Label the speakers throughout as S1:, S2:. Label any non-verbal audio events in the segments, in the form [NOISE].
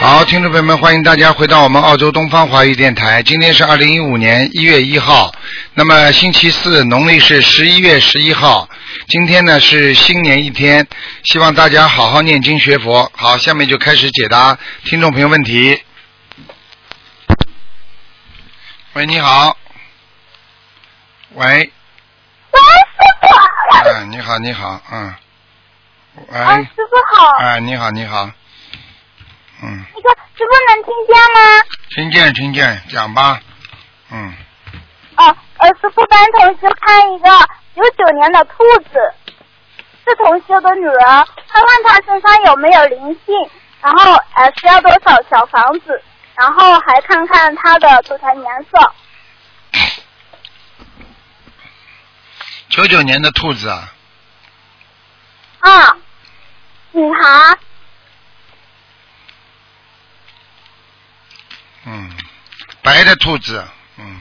S1: 好，听众朋友们，欢迎大家回到我们澳洲东方华语电台。今天是二零一五年一月一号，那么星期四，农历是十一月十一号。今天呢是新年一天，希望大家好好念经学佛。好，下面就开始解答听众朋友问题。喂，你好。喂。
S2: 喂，师傅。
S1: 啊，你好，你好，嗯。喂。
S2: 啊，师傅好。
S1: 啊，你好，你好。嗯。
S2: 那个师傅能听见吗？
S1: 听见，听见，讲吧。嗯，
S2: 哦，呃，师傅帮同修看一个九九年的兔子，是同修的女儿，她问她身上有没有灵性，然后呃需要多少小房子，然后还看看她的图腾颜色。
S1: 九九年的兔子啊，
S2: 啊，女孩，
S1: 嗯，白的兔子，嗯，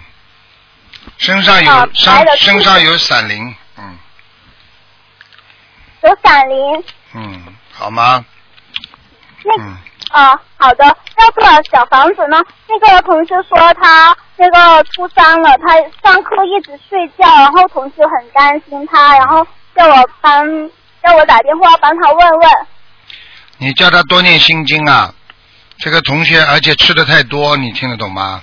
S1: 身上有、
S2: 啊白的
S1: 身
S2: 兔
S1: 身
S2: 子
S1: 上有闪灵，嗯
S2: 有闪灵。
S1: 嗯，好吗？
S2: 那
S1: 嗯，
S2: 哦，好的。那个小房子呢？那个同事说他那个初三了，他上课一直睡觉，然后同事很担心他，然后叫我帮叫我打电话帮他问问。
S1: 你叫他多念心经啊。这个同学，而且吃的太多，你听得懂吗？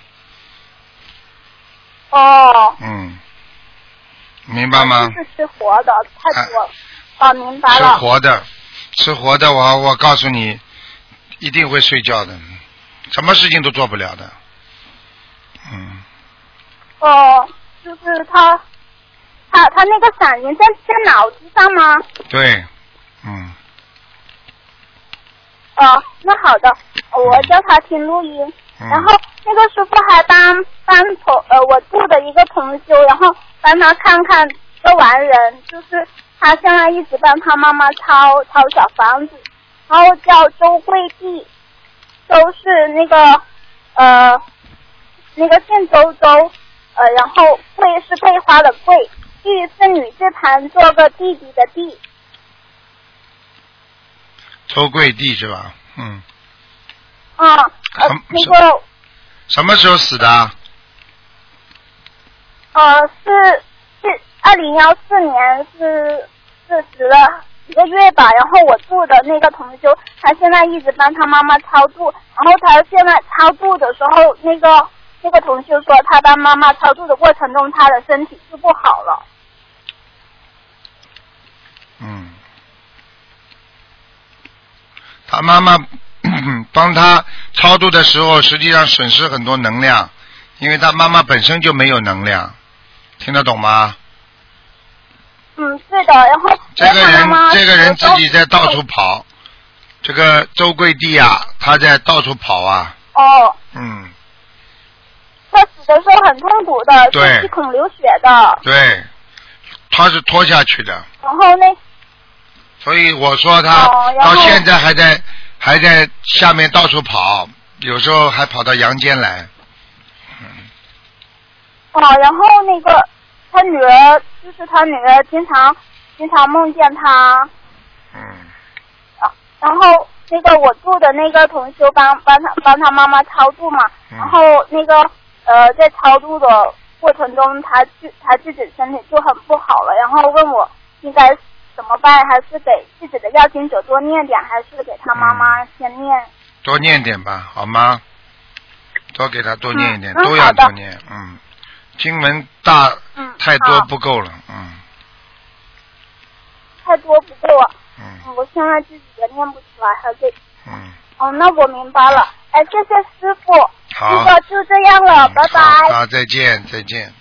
S2: 哦，
S1: 嗯，明白吗？啊
S2: 是吃活的，太多了。哦，明白
S1: 吃
S2: 了。
S1: 活的，吃活的，我我告诉你，一定会睡觉的，什么事情都做不了的。嗯，
S2: 哦，就是他，他他那个闪灵在在脑子上吗？
S1: 对，嗯，
S2: 哦，那好的，我叫他听录音。
S1: 嗯
S2: 然后那个师傅还帮帮同呃我住的一个同修，然后帮他看看这完人，就是他现在一直帮他妈妈抄抄小房子，然后叫周贵娣，周是那个呃那个姓周周，呃然后桂是桂花的桂，娣是女字旁做个弟弟的弟，
S1: 周贵娣是吧？嗯，
S2: 嗯呃
S1: 嗯
S2: 那个
S1: 什么时候死的啊？
S2: 呃，是是二零幺四年是四十了一个月吧，然后我住的那个同修，他现在一直帮他妈妈超度，然后他现在超度的时候，那个那个同修说他帮妈妈超度的过程中，他的身体就不好了。
S1: 嗯，他妈妈 [COUGHS] 帮他超度的时候，实际上损失很多能量，因为他妈妈本身就没有能量，听得懂吗？
S2: 嗯，是的，然后
S1: 这个
S2: 他
S1: 人
S2: 妈妈
S1: 这个人自
S2: 有时候
S1: 己在到处跑，这个周贵娣啊，他在到处跑啊，
S2: 哦，
S1: 嗯，
S2: 他死的时候很痛苦的，
S1: 对
S2: 是气孔流血的，
S1: 对，他是拖下去的，
S2: 然后那
S1: 所以我说他
S2: 哦然
S1: 到
S2: 后
S1: 现在还在还在下面到处跑，有时候还跑到阳间来，嗯
S2: 哦，然后那个他女儿，就是他女儿经常经常梦见他，
S1: 嗯，
S2: 啊然后那个我住的那个同修帮帮他帮他妈妈超度嘛，
S1: 嗯
S2: 然后那个呃在超度的过程中，他自他自己身体就很不好了，然后问我应该怎么办，还是给自己的要经者多念点，还是给他妈
S1: 嗯
S2: 妈先念？
S1: 多念点吧，好吗？多给他多念一点，
S2: 嗯嗯
S1: 都要
S2: 好的
S1: 多念，嗯，经文大
S2: 嗯，
S1: 太多
S2: 好
S1: 不够了，嗯
S2: 太多不够了，
S1: 嗯
S2: 嗯我现在自己也念不起来，还得
S1: 嗯，
S2: 哦，那我明白了。哎，谢谢师傅，
S1: 好
S2: 师傅就这样了，拜拜。
S1: 好啊，再见再见。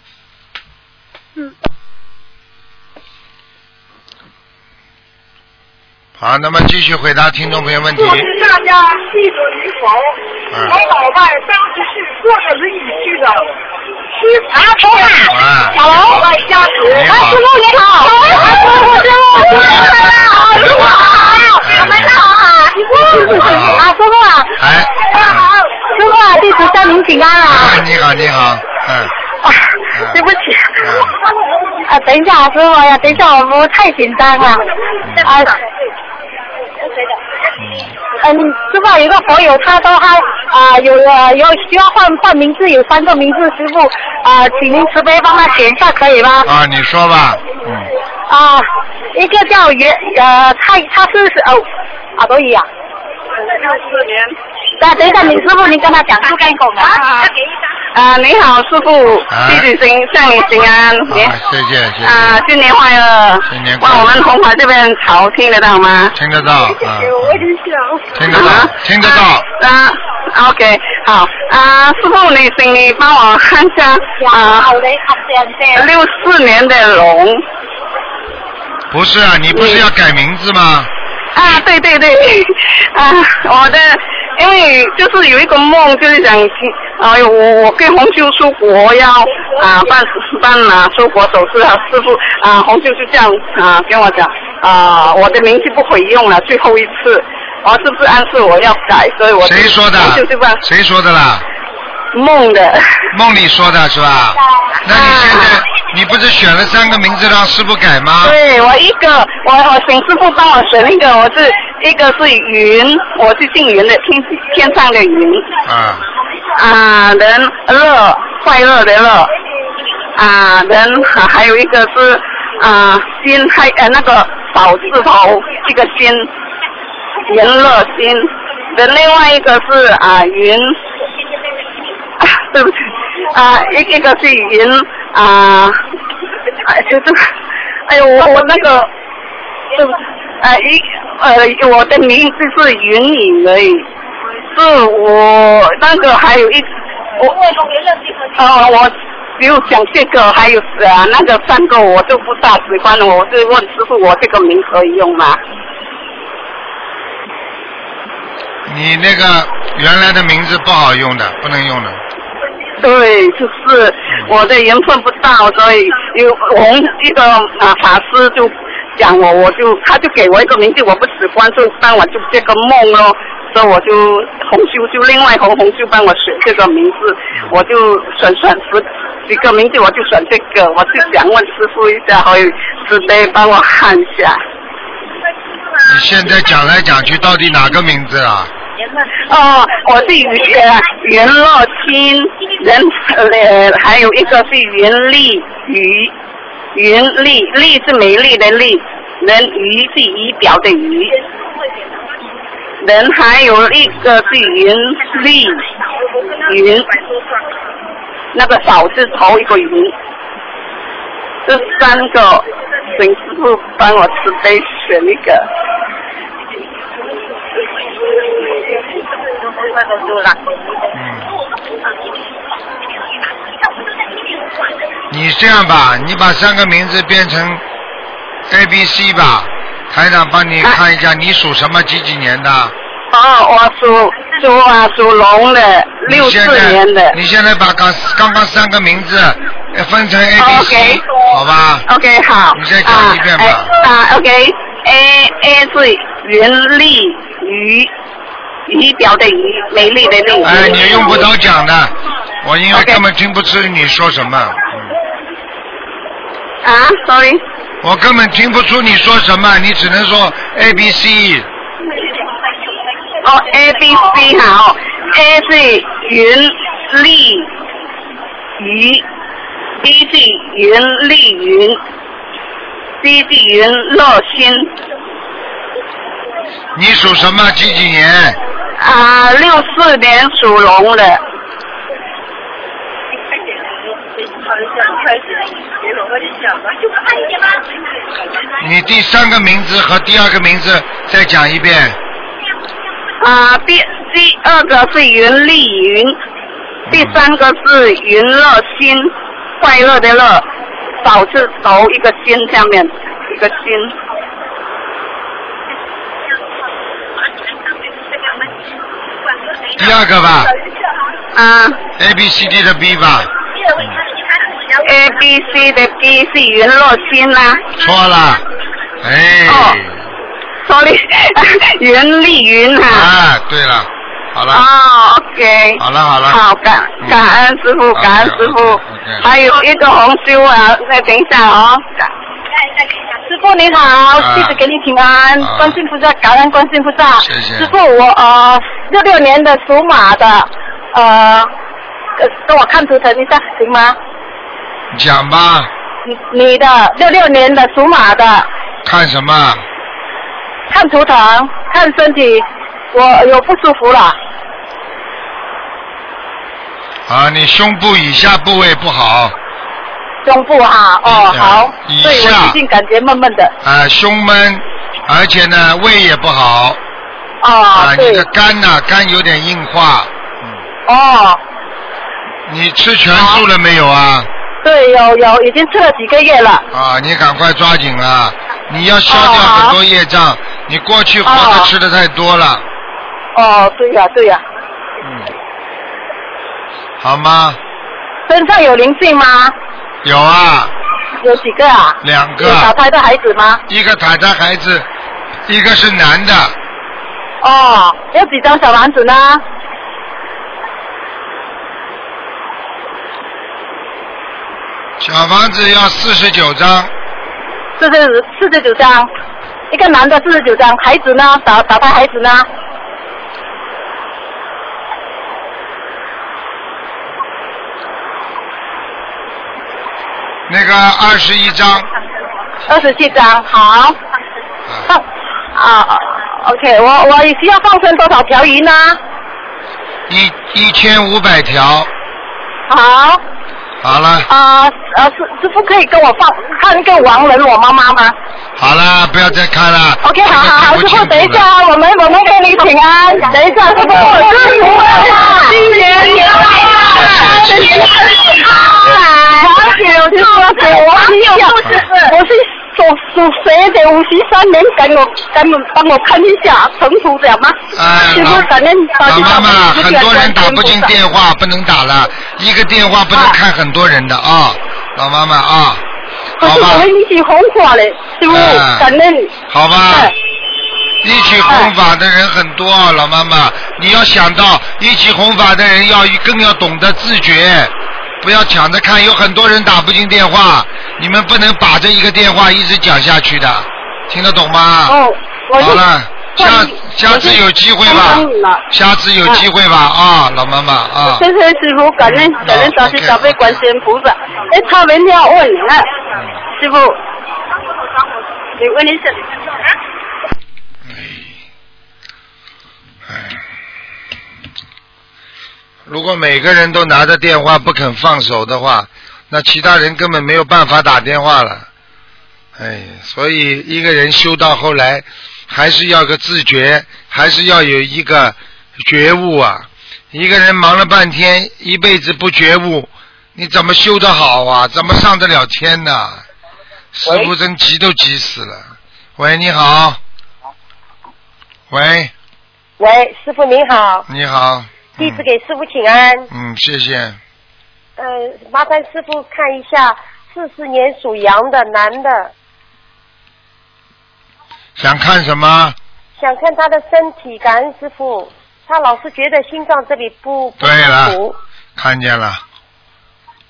S2: 嗯，
S1: 好，那么继续回答听众朋友问题
S3: 祝。
S2: 哎
S3: 大家记住与否，
S1: 嗯
S3: 我老伴儿当时是坐着轮椅去的，师傅啊，头
S1: 啊
S3: 发，小龙外加持，
S1: 你
S4: 哎
S1: 好
S3: 师傅你好，师傅师傅好，师傅好，我们好，师傅啊，师傅啊，
S1: 哎，嗯
S3: 师傅啊，弟子向您请安
S1: 哎
S3: 啊，
S1: 你好，你好，嗯，
S3: 啊对不起。啊，等一下啊，师傅呀，等一下，我我太紧张了。啊，
S1: 嗯，
S3: 嗯，师傅有一个佛友，他说他啊、有呃有需要换换名字，有三个名字，师傅啊、请您慈悲帮他选一下，可以吗？
S1: 啊，你说吧，嗯，
S3: 啊、一个叫袁呃蔡，他是哦好多鱼啊。六四年。啊，等一下，你师傅，你跟他讲，就跟狗啊。
S4: 啊，你好，师傅，
S1: 啊
S4: 弟子行，向你行安。你
S1: 好，谢谢，谢
S4: 啊
S1: 谢，，
S4: 新年快乐！
S1: 新年快乐
S4: 哇，我们红华这边潮听得到吗？
S1: 听得到，啊，听得
S4: 啊
S1: 到，听得到，
S4: 啊啊，OK，好啊，师傅，你请你帮我看一下啊，六四年的龙
S1: 不是啊，你不是要改名字吗？
S4: 啊，对对 [LAUGHS] 对，啊，我的，因为就是有一个梦，就是想，哎呦，我我跟红舅出国要啊办办啊出国手续啊，师傅啊，红舅就这样啊跟我讲啊，我的名字不回用了，最后一次，我、是不是暗示我要改？所以我
S1: 谁说的
S4: 红舅就这样？
S1: 谁啊说的啦？
S4: 梦的。
S1: 梦里说的是
S4: 啊
S1: 吧？那你现在你不是选了三个名字让师傅改吗？
S4: 对，我一个，我我请师傅帮我选一个，我是一个是云，我是姓云的，天天上的云。
S1: 啊，
S4: 啊，人乐快乐的乐，啊，人还还有一个是啊心还呃那个宝字头这个心，人乐心，人另外一个是啊云，啊 [LAUGHS] 对不起啊一一个是云啊，哎就是哎呦我我那个对不起啊一呃我的名字是云影而已。是我那个还有一我呃我只有讲这个，还有啊那个三个我就不大喜欢了，我是问师傅我这个名可以用吗？
S1: 你那个原来的名字不好用的，不能用的。
S4: 对，就是我的缘分不到，所以有红一个啊法师就讲我，我就他就给我一个名字，我不喜欢，就帮我就这个梦咯。所以我就红修就另外红红修帮我选这个名字，我就选选十几个名字，我就选这个，我就想问师傅一下，可以慈悲帮我看一下。
S1: 你现在讲来讲去，到底哪个名字啊？
S4: 哦，我是云呃云乐清，人呃还有一个是云丽鱼，云丽丽是美丽的丽，人鱼是仪表的鱼，人还有一个是云丽
S1: 哎
S4: 云，那个草字头一个云，这三个，请师傅帮我慈悲选一个。
S1: 嗯。你这样吧，你把三个名字变成 A、B、C 吧，台长帮你看一
S4: 哎
S1: 下，你属什么几几年的？
S4: 哦，我属属啊属龙的，
S1: 你
S4: 六
S1: 现
S4: 四
S1: 在
S4: 年的。
S1: 你现在把刚刚刚三个名字呃分成 A、B、C，
S4: 哦 OK
S1: 好吧？
S4: OK，好。
S1: 你再讲一遍吧
S4: 啊哎啊，OK。A A 是云丽鱼，仪表的鱼，美丽的丽。
S1: 哎，你用不着讲的，我因为
S4: OK
S1: 根本听不出你说什么。嗯
S4: 啊，sorry。
S1: 我根本听不出你说什么，你只能说 A B C。
S4: 哦，A B C 好哦，A 是云丽鱼，B 是云丽云，C 是云乐心。
S1: 你属什么？几几年？
S4: 啊，六四年属龙的。
S5: 啊
S1: 你第三个名字和第二个名字再讲一遍。
S4: 啊，第第二个是云丽云，第三个是云乐心，快乐的乐，草字头一个心下面一个心。
S1: 嗯第二个吧
S4: 啊
S1: ，A B C D 的 B 吧，
S4: ，A B C 的 B 是云乐心啊啦、
S1: 错了。哎。
S4: 哦 sorry，云丽云哈、
S1: 啊，对了，好了，
S4: 哦，OK。
S1: 好了，好了。
S4: 好，感
S1: 嗯
S4: 感恩师傅，感恩师傅
S1: OK，OK，OK。
S4: 还有一个红修啊，那等一下哦，感师傅您好，
S1: 啊
S4: 弟子给你请安，
S1: 啊
S4: 观世音菩萨，感恩观世音菩萨。
S1: 谢谢
S4: 师傅，我呃六六年的属马的，呃，呃跟我看图腾一下行吗？
S1: 你讲吧，
S4: 你你的六六年的属马的，
S1: 看什么？
S4: 看图腾，看身体，我有不舒服了，
S1: 啊，你胸部以下部位不好，
S4: 胸部哈、哦
S1: 嗯
S4: 好，
S1: 以
S4: 对我
S1: 下
S4: 最近感觉闷闷的，
S1: 啊，胸闷，而且呢，胃也不好，
S4: 哦、
S1: 啊，你
S4: 对
S1: 的，肝呐、肝有点硬化。
S4: 哦
S1: 你吃全素了没有啊？
S4: 对有有已经吃了几个月了，
S1: 啊，你赶快抓紧啊！你要消掉
S4: 哦好
S1: 很多业障，你过去活的
S4: 哦
S1: 吃的太多了，
S4: 哦对呀、对呀、
S1: 嗯，好吗？
S4: 身上有灵性吗？
S1: 有啊，
S4: 有几个啊？
S1: 两
S4: 有打
S1: 个，
S4: 胎的孩子吗？
S1: 一个打胎孩子，一个是男的，
S4: 哦，有几张小房子呢？
S1: 小房子要四十九张，
S4: 四十九四十九张，一个男的四十九张，孩子呢？打打胎孩子呢？
S1: 那个二十一张，
S4: 二十七张，好。
S1: 啊，
S4: 放啊，OK，我我需要放生多少条鱼呢？
S1: 一一千五百条，
S4: 好，
S1: 好了，
S4: 啊呃，师师傅可以跟我放看一个亡人我妈妈吗
S1: 好了，不要再看了。这
S4: ？OK，好
S1: 个
S4: 好
S1: 看
S4: 好，
S1: 不
S4: 师
S1: 清
S4: 傅
S1: 楚
S4: 等一
S1: 了
S4: 下，啊，我们我们给你请安，等一下，师傅，我是你啊，新年年快乐，新年快乐，我九十我九我六十我是属属蛇的，五十三年，赶我赶我帮我看一下成图的吗？
S1: 哎，
S4: 师
S1: 老
S4: 傅，感恩感
S1: 老
S4: 恩
S1: 妈妈，很多人打不进
S4: 电。
S1: 电话，不能打了，一个电话
S4: 啊
S1: 不能看很多人的啊、老妈妈啊，
S4: 可
S1: 好
S4: 哦是我
S1: 吧
S4: 们，一起红火嘞，师傅
S1: 哎，
S4: 感恩。
S1: 好吧
S4: 哎。
S1: 一起弘法的人很多，啊老妈妈，你要想到一起弘法的人要更要懂得自觉，不要抢着看。有很多人打不进电话，你们不能把这一个电话一直讲下去的，听得懂吗？
S4: 哦，我
S1: 好
S4: 就
S1: 了，下
S4: 换一
S1: 下次有机会
S4: 我就帮你
S1: 吧
S4: 了，
S1: 下次有机会吧啊，老妈妈啊
S4: 谢，谢师傅，感恩感恩大慈大悲观世音菩萨。哎，他们要问那师傅，嗯你问一下。
S1: 如果每个人都拿着电话不肯放手的话，那其他人根本没有办法打电话了。哎，所以一个人修到后来，还是要个自觉，还是要有一个觉悟啊。一个人忙了半天，一辈子不觉悟，你怎么修得好啊？怎么上得了天呐、师傅真急都急死了。喂，你好。喂，
S6: 喂，师傅您好，
S1: 你好。
S6: 弟子给师傅请安。
S1: 嗯，谢谢。
S6: 呃，麻烦师傅看一下，四四年属羊的男的，
S1: 想看什么？
S6: 想看他的身体，感恩师傅。他老是觉得心脏这里不不
S1: 对了
S6: 舒服。
S1: 看见了。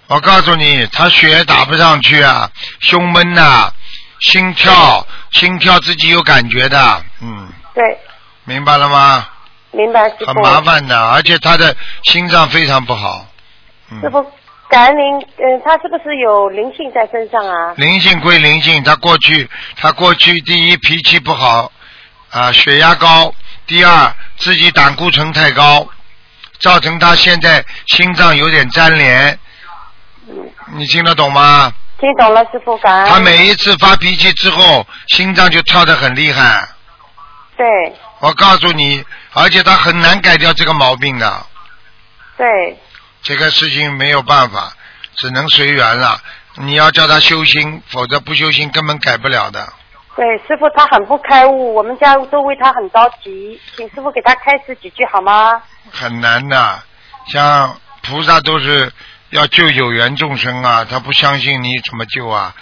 S1: 我告诉你，他血打不上去啊，胸闷呐、心跳，心跳自己有感觉的，嗯，
S6: 对，
S1: 明白了吗？
S6: 明白师
S1: 很
S6: 傅。
S1: 麻烦的，而且他的心脏非常不好，
S6: 师
S1: 嗯，
S6: 傅，感恩您，嗯、他是不是有灵性在身上啊？
S1: 灵性归灵性，他过去他过去第一脾气不好，啊，血压高，第二自己胆固醇太高，造成他现在心脏有点粘连，你听得懂吗？
S6: 听懂了，师傅，感恩。
S1: 他每一次发脾气之后，心脏就跳得很厉害。
S6: 对
S1: 我告诉你，而且他很难改掉这个毛病的，
S6: 对，
S1: 这个事情没有办法，只能随缘了。你要叫他修心，否则不修心根本改不了的。
S6: 对，师傅他很不开悟，我们家都为他很着急，请师傅给他开示几句好吗？
S1: 很难的。像菩萨都是要救有缘众生啊，他不相信你怎么救啊？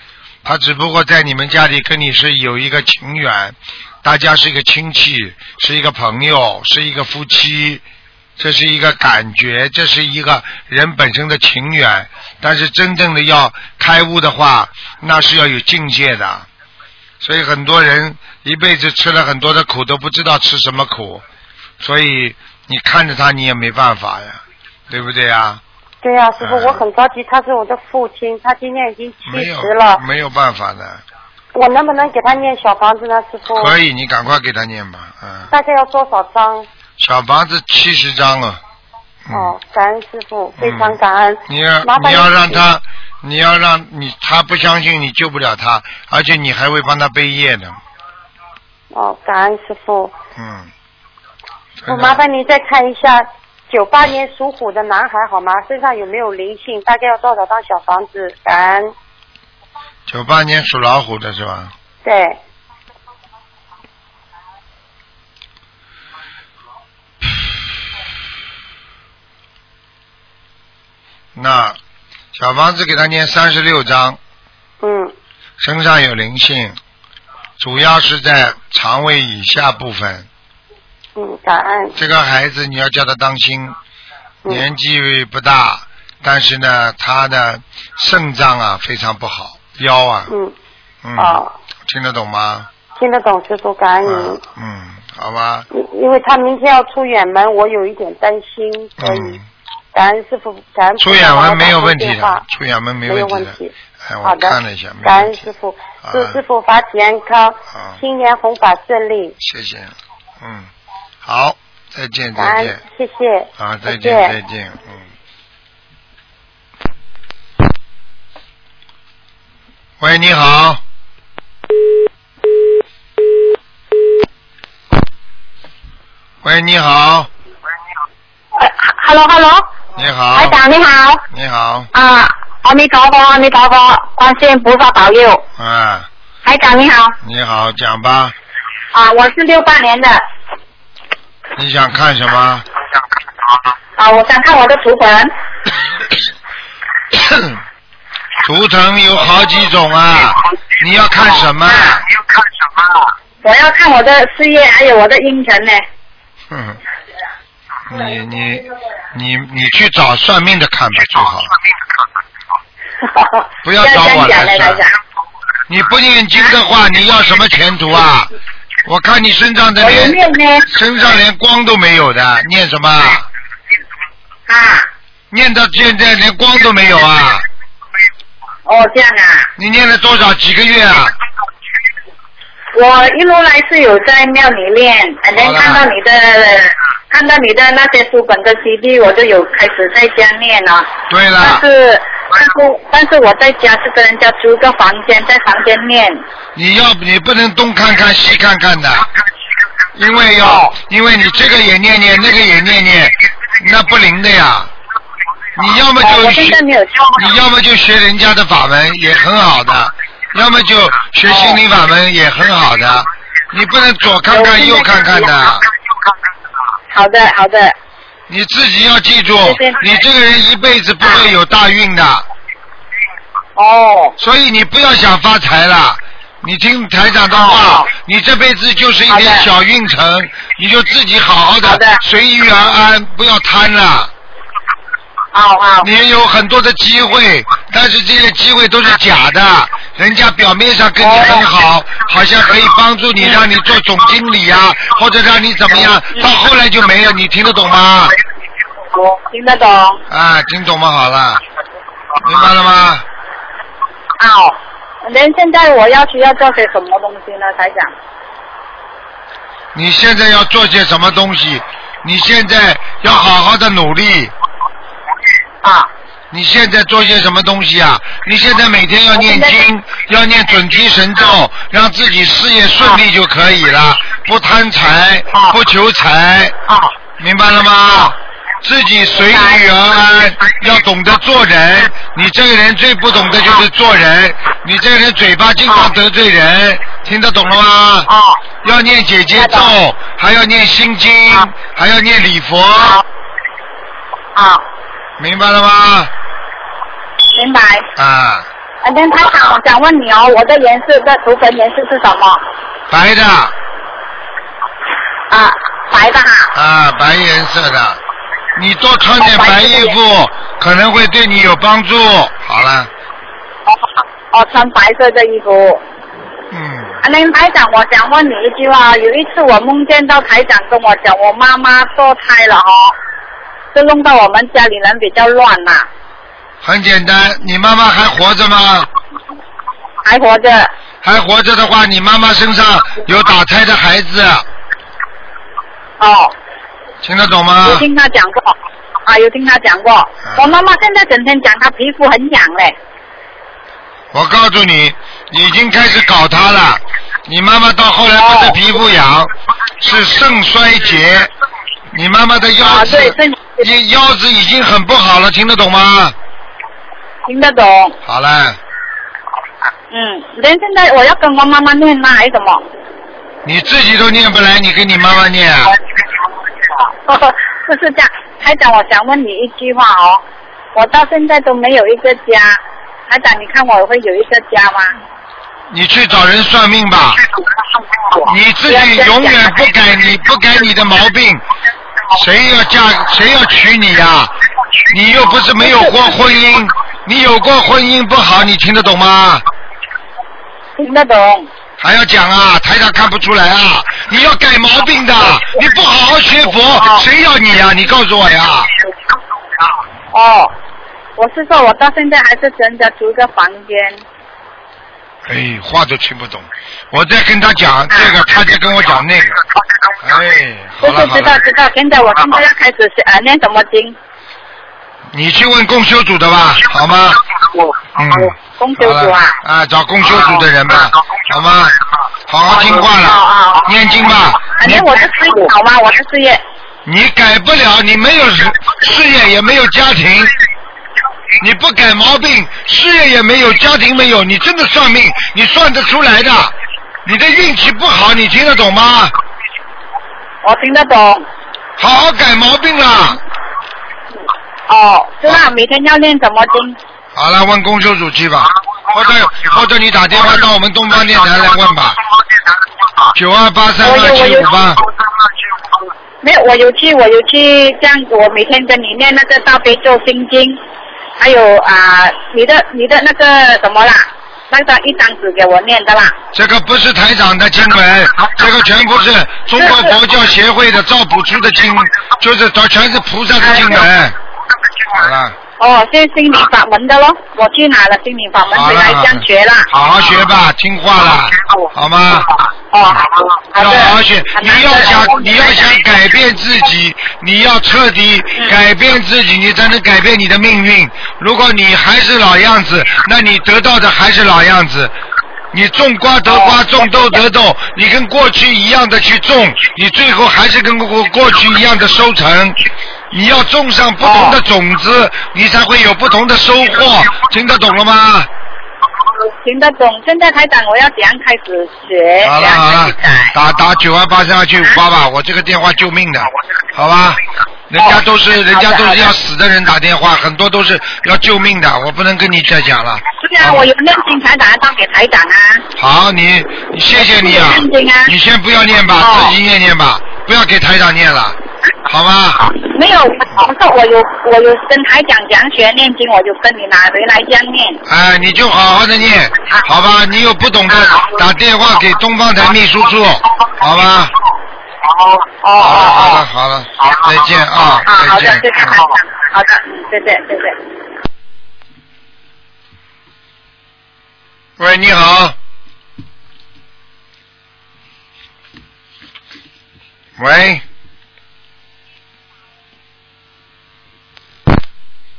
S1: 他只不过在你们家里跟你是有一个情缘，大家是一个亲戚，是一个朋友，是一个夫妻，这是一个感觉，这是一个人本身的情缘。但是真正的要开悟的话，那是要有境界的。所以很多人一辈子吃了很多的苦，都不知道吃什么苦，所以你看着他，你也没办法呀，对不对呀？
S6: 对呀、师傅，
S1: 嗯
S6: 我很着急，他是我的父亲，他今年已经七
S1: 没有嗯
S6: 十了，，
S1: 没有办法的。
S6: 我能不能给他念小房子呢，师傅？
S1: 可以，你赶快给他念吧，嗯。
S6: 大概要多少张？
S1: 小房子七十张了。嗯、
S6: 哦，感恩师傅，非常感恩。
S1: 你要
S6: 麻烦
S1: 你要
S6: 您
S1: 让他，你要让你他不相信你救不了他，而且你还会帮他背业呢。
S6: 哦，感恩师傅，
S1: 嗯。
S6: 我麻烦您再看一下九八年属虎的男孩好吗？身上有没有灵性？大概要多少张小房子？感恩。
S1: 九八年属老虎的是吧？
S6: 对，
S1: 那小房子给他念三十六章，
S6: 嗯，
S1: 身上有灵性，主要是在肠胃以下部分。
S6: 嗯，感恩，
S1: 这个孩子你要叫他当心，
S6: 嗯
S1: 年纪不大，但是呢，他的肾脏啊非常不好，腰啊，
S6: 嗯，
S1: 嗯，
S6: 哦，
S1: 听得懂吗？
S6: 听得懂师傅，感恩您
S1: 嗯。嗯，好吧，
S6: 因因为他明天要出远门，我有一点担心，所以
S1: 嗯，
S6: 感恩师傅，感恩菩
S1: 出
S6: 萨
S1: 远
S6: 帮我
S1: 门没有
S6: 打通
S1: 问题
S6: 电话
S1: 的，出远门没
S6: 没有
S1: 问
S6: 问
S1: 的。
S6: 题。
S1: 哎，我
S6: 好的
S1: 看了一下，没
S6: 感
S1: 问
S6: 恩
S1: 题
S6: 师。傅，
S1: 啊
S6: 祝师傅法体安康
S1: 啊，
S6: 新年弘法顺利，
S1: 谢谢，嗯，好，再见，
S6: 感
S1: 再
S6: 恩
S1: 见。，
S6: 谢谢，
S1: 啊，再见，
S6: 见
S1: 再见，嗯。喂，你好。喂，你好，
S3: Hello Hello，
S1: 你好
S3: 台，长你好
S1: 你好，
S3: 啊，阿弥陀佛阿弥陀佛，观世音菩萨保佑。
S1: 啊，
S3: 台长你好
S1: 你好，讲吧，
S3: 啊，我是六八年的
S1: 你想看什么？
S3: 啊，我想看我的图腾。
S1: [COUGHS] 图腾有好几种啊，你要看什么？
S3: 我要看我的事业，还有我的姻缘呢。
S1: 哼，你你你你去找算命的看吧，最
S3: [LAUGHS]
S1: 好。不要找我来算。你不念经的话，你要什么前途啊？我看你身上的
S3: 我有
S1: 连
S3: 念呢
S1: 身上连光都没有的，念什么啊？
S3: 啊，
S1: 念到现在连光都没有啊！
S3: 哦这样啊，
S1: 你念了多少几个月啊？
S3: 我一路来是有在庙里练，反正
S1: 好了
S3: 看到你的看到你的那些书本跟 CD，我就有开始在家念了。
S1: 对
S3: 但
S1: 了，
S3: 是啊但是但是我在家是跟人家租个房间，在房间念。
S1: 你要你不能东看看西看看的，因为要因为你这个也念念，那个也念念，那不灵的呀。你要么
S3: 哦
S1: 就
S3: 我现
S1: 学
S3: 在没有教。
S1: 你要么就学人家的法门也很好的，要么就学心灵法门也很好的，你不能左看看右看看的，
S3: 好的好的，
S1: 你自己要记住
S3: 对对，
S1: 你这个人一辈子不会有大运的，
S3: 哦
S1: 所以你不要想发财了。你听台长的话
S3: 哦，
S1: 你这辈子就是一
S3: 好
S1: 点
S3: 的
S1: 小运程，你就自己好好
S3: 好
S1: 的
S3: 的
S1: 随遇而安，不要贪了。
S3: 好好
S1: 你有很多的机会，但是这些机会都是假的。人家表面上跟你很
S3: 哦
S1: 好，好像可以帮助
S3: 嗯
S1: 你，让你做总经理啊，或者让你怎么样，到后来就没有。你听得懂吗？
S3: 哦听得懂。
S1: 啊，听懂吗？好了，明白了吗？
S3: 哦，那现在我要需要做些什么东西呢，台长？
S1: 你现在要做些什么东西？你现在要好好的努力。
S3: 啊，
S1: 你现在做些什么东西啊？你现在每天要念经，要念准提神咒，让自己事业顺利就可以了，不贪财，不求财，
S3: 哦，
S1: 明白了吗？自己随遇而安，要懂得做人。你这个人最不懂的就是做人，你这个人嘴巴经常得罪人，听得懂了吗？
S3: 哦，
S1: 要念姐姐咒，还要念心经，还要念礼佛，
S3: 哦，
S1: 明白了吗？
S3: 明白。
S1: 啊，
S3: 反正台长，我想问你哦，我的颜色的涂粉颜色是什么？
S1: 白的。
S3: 啊，白的哈。
S1: 啊，白颜色的，你多穿点白衣服，可能会对你有帮助。好了，
S7: 哦哦，穿白色的衣服。
S1: 嗯，
S7: 啊，林台长，我想问你一句话。有一次我梦见到台长跟我讲，我妈妈堕胎了哦，就弄到我们家里人比较乱呐、
S1: 很简单。你妈妈还活着吗？
S7: 还活着。
S1: 还活着的话，你妈妈身上有打胎的孩子，
S7: 哦，
S1: 听得懂吗
S7: 有？听他讲过，啊，有听他讲过。我妈妈现在整天讲她皮肤很痒嘞，
S1: 我告诉你，已经开始搞她了。你妈妈到后来不是皮肤痒，是肾衰竭。你妈妈的
S7: 啊
S1: 腰
S4: 啊
S1: 子，你腰子已经很不好了，听得懂吗？
S7: 听得懂。
S1: 好了，
S7: 嗯，人现在我要跟我妈妈念吗还是什么？
S1: 你自己都念不来，你给你妈妈念啊？
S7: 哦就是这样。台长，我想问你一句话哦，我到现在都没有一个家，台长，你看我会有一个家吗？
S1: 你去找人算命吧。
S7: 哦
S1: 你自己永远不改你不改你的毛病，谁要嫁谁要娶你呀、你又不是没有过婚姻，你有过婚姻不好，你听得懂吗？
S7: 听得懂。
S1: 还要讲啊，台上看不出来啊！你要改毛病
S7: [LAUGHS]
S1: 的，你不好好学佛，谁要你呀、啊你告诉我呀！
S7: 哦，我是说，我到现在还是跟人家租一个房间。
S1: 哎，话都听不懂，我在跟他
S7: 嗯
S1: 讲这个，他在跟我讲那个。哎，好
S7: 不
S1: 了
S7: 是
S1: 好
S7: 知道
S1: 了，
S7: 知道，现在我现在要开始学呃念什么经，
S1: 你去问共修组的吧，好吗？嗯，
S7: 公修组啊。
S1: 好了啊，找共修组的人吧，好吗？好好听话
S7: 哦
S1: 了，念经吧。
S7: 反正我的事业好吗？我的事业
S1: 你改不了，你没有事事业也没有家庭，你不改毛病，事业也没有，家庭没有，你真的算命，你算得出来的。你的运气不好，你听得懂吗？
S7: 我听得懂。
S1: 好好改毛病啦。
S7: 哦，知道每天要念什么经。
S1: 好了，问公修主去吧，或者或者你打电话到我们东方电台来问吧。九二八三
S7: 我
S1: 二
S7: 有我
S1: 七
S7: 有
S1: 五八，
S7: 没有，我有去，我有去这样，我每天跟你念那个大悲咒心经，还有啊、你的你的那个什么啦，那个一张纸给我念的啦。
S1: 这个不是台长的经文，这个全部是中国佛教协会的赵朴初的经，就是都全是菩萨的经文。好了，
S7: 哦，是心理法门的咯，我去拿了心理法门
S1: 好
S7: 回
S1: 了
S7: 来这样学啦。
S1: 好好学吧，听话啦，好吗？
S7: 哦，好
S1: 要
S7: 的。
S1: 好好学，你要
S7: 好
S1: 想
S7: 的
S1: 你要想改变自己，你要彻底
S7: 嗯
S1: 改变自己，你才能改变你的命运。如果你还是老样子，那你得到的还是老样子。你种瓜得
S7: 哦
S1: 瓜，种豆得豆，你跟过去一样的去种，你最后还是跟过过去一样的收成。你要种上不同的
S7: 哦
S1: 种子，你才会有不同的收获。听得懂了吗？
S7: 听得懂。现在台长，我要怎样开始学？
S1: 好了
S7: 怎样
S1: 好
S7: 开
S1: 了
S7: 始改，
S1: 打打九二八三二七五八吧，我这个电话救命的，啊好吧？人家都是人家都是要哦死的人打电话，很多都是要救命的，我不能跟你再讲了。
S7: 是啊，我有念经台长当给台长啊。
S1: 好，你你谢谢你啊
S7: 我不念经啊，
S1: 你先不要念吧，
S7: 哦
S1: 自己念念吧，不要给台长念了，好吗？
S7: 没有，不是我有我有跟台长讲学念经，我就跟你拿回来这样念。
S1: 哎，你就好好的念，好吧？你有不懂的打电话给东方台秘书处，好吧？
S7: 哦
S1: 好了好了
S7: 哦
S1: 好了，再见啊
S7: 哦，，好
S1: 再
S7: 的，谢谢
S1: 见。
S7: 台长，好的，嗯谢谢谢谢。
S1: 喂，你好。喂。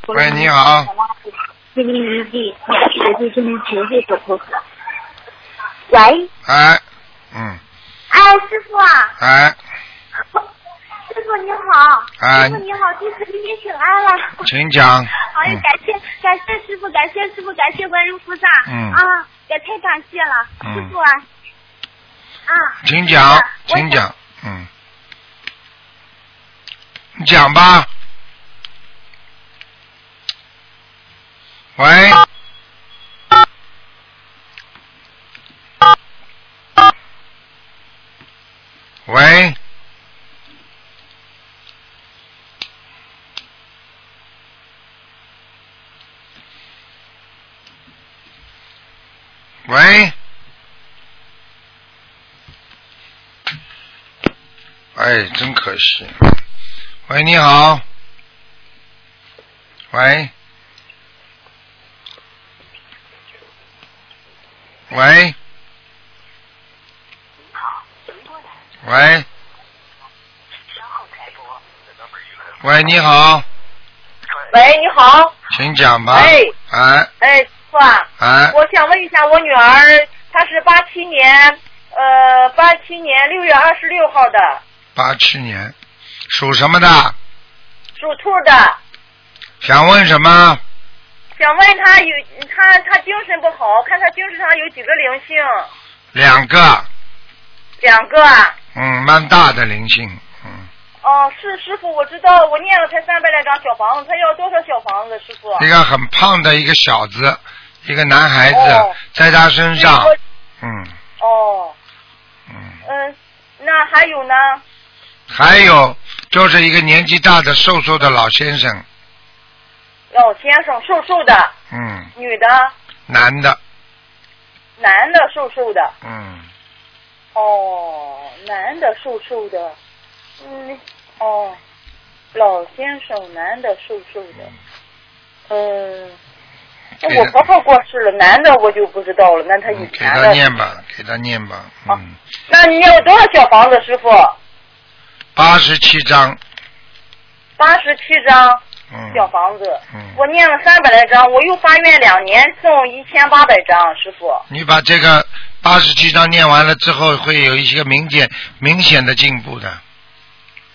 S1: 喂，你好，
S8: 这边一地，学弟这边学弟走不喂，
S1: 哎，嗯，
S8: 哎，师傅啊，
S1: 哎，
S8: 师傅你好，
S1: 哎
S8: 师傅你好，弟子给你请安了。
S1: 请讲。
S8: 好，
S1: 嗯
S8: 感谢感谢师傅，感谢师傅，感谢观音菩萨。
S1: 嗯
S8: 啊，也太感谢了，
S1: 嗯
S8: 师傅啊。啊。
S1: 请讲，
S8: 我想
S1: 请讲，嗯，你讲吧。喂。喂。喂。哎，真可惜。喂，你好。喂。喂。喂。喂，你好，
S5: 喂，你好，
S1: 请讲吧。
S5: 哎
S1: 哎
S5: 哎，师傅啊，
S1: 哎，
S5: 我想问一下，我女儿她是八七年，呃，八七年六月二十六号的，
S1: 八七年，属什么的？
S5: 属兔的，
S1: 想问什么？
S5: 想问她有她她精神不好，看她精神上有几个灵性，
S1: 两个，
S5: 两个啊。
S1: 嗯，蛮大的灵性，嗯，
S5: 哦，是师傅，我知道，我念了才三百来张小房子，她要多少小房子，师傅？
S1: 一个很胖的一个小子，一个男孩子，
S5: 哦
S1: 在他身上，嗯
S5: 哦，
S1: 嗯，
S5: 嗯，那还有呢？
S1: 还有就是一个年纪大的瘦瘦的老先生，
S5: 老先生瘦瘦的，
S1: 嗯，
S5: 女的，
S1: 男的，
S5: 男的瘦瘦的。
S1: 嗯，
S5: 哦，男的瘦瘦的，嗯，哦，老先生，男的瘦瘦的，嗯，
S1: 给
S5: 我
S1: 他
S5: 婆婆过世了，男的我就不知道了，那他以
S1: 嗯给
S5: 前
S1: 他
S5: 的，
S1: 念吧，给他念吧，嗯，
S5: 那你要多少小房子，师傅？
S1: 八十七章，
S5: 八十七张
S1: 嗯
S5: 小房子，
S1: 嗯，
S5: 我念了三百来张，我又发愿两年送一千八百张，师傅。
S1: 你把这个八十七章念完了之后，会有一些明显明显的进步的，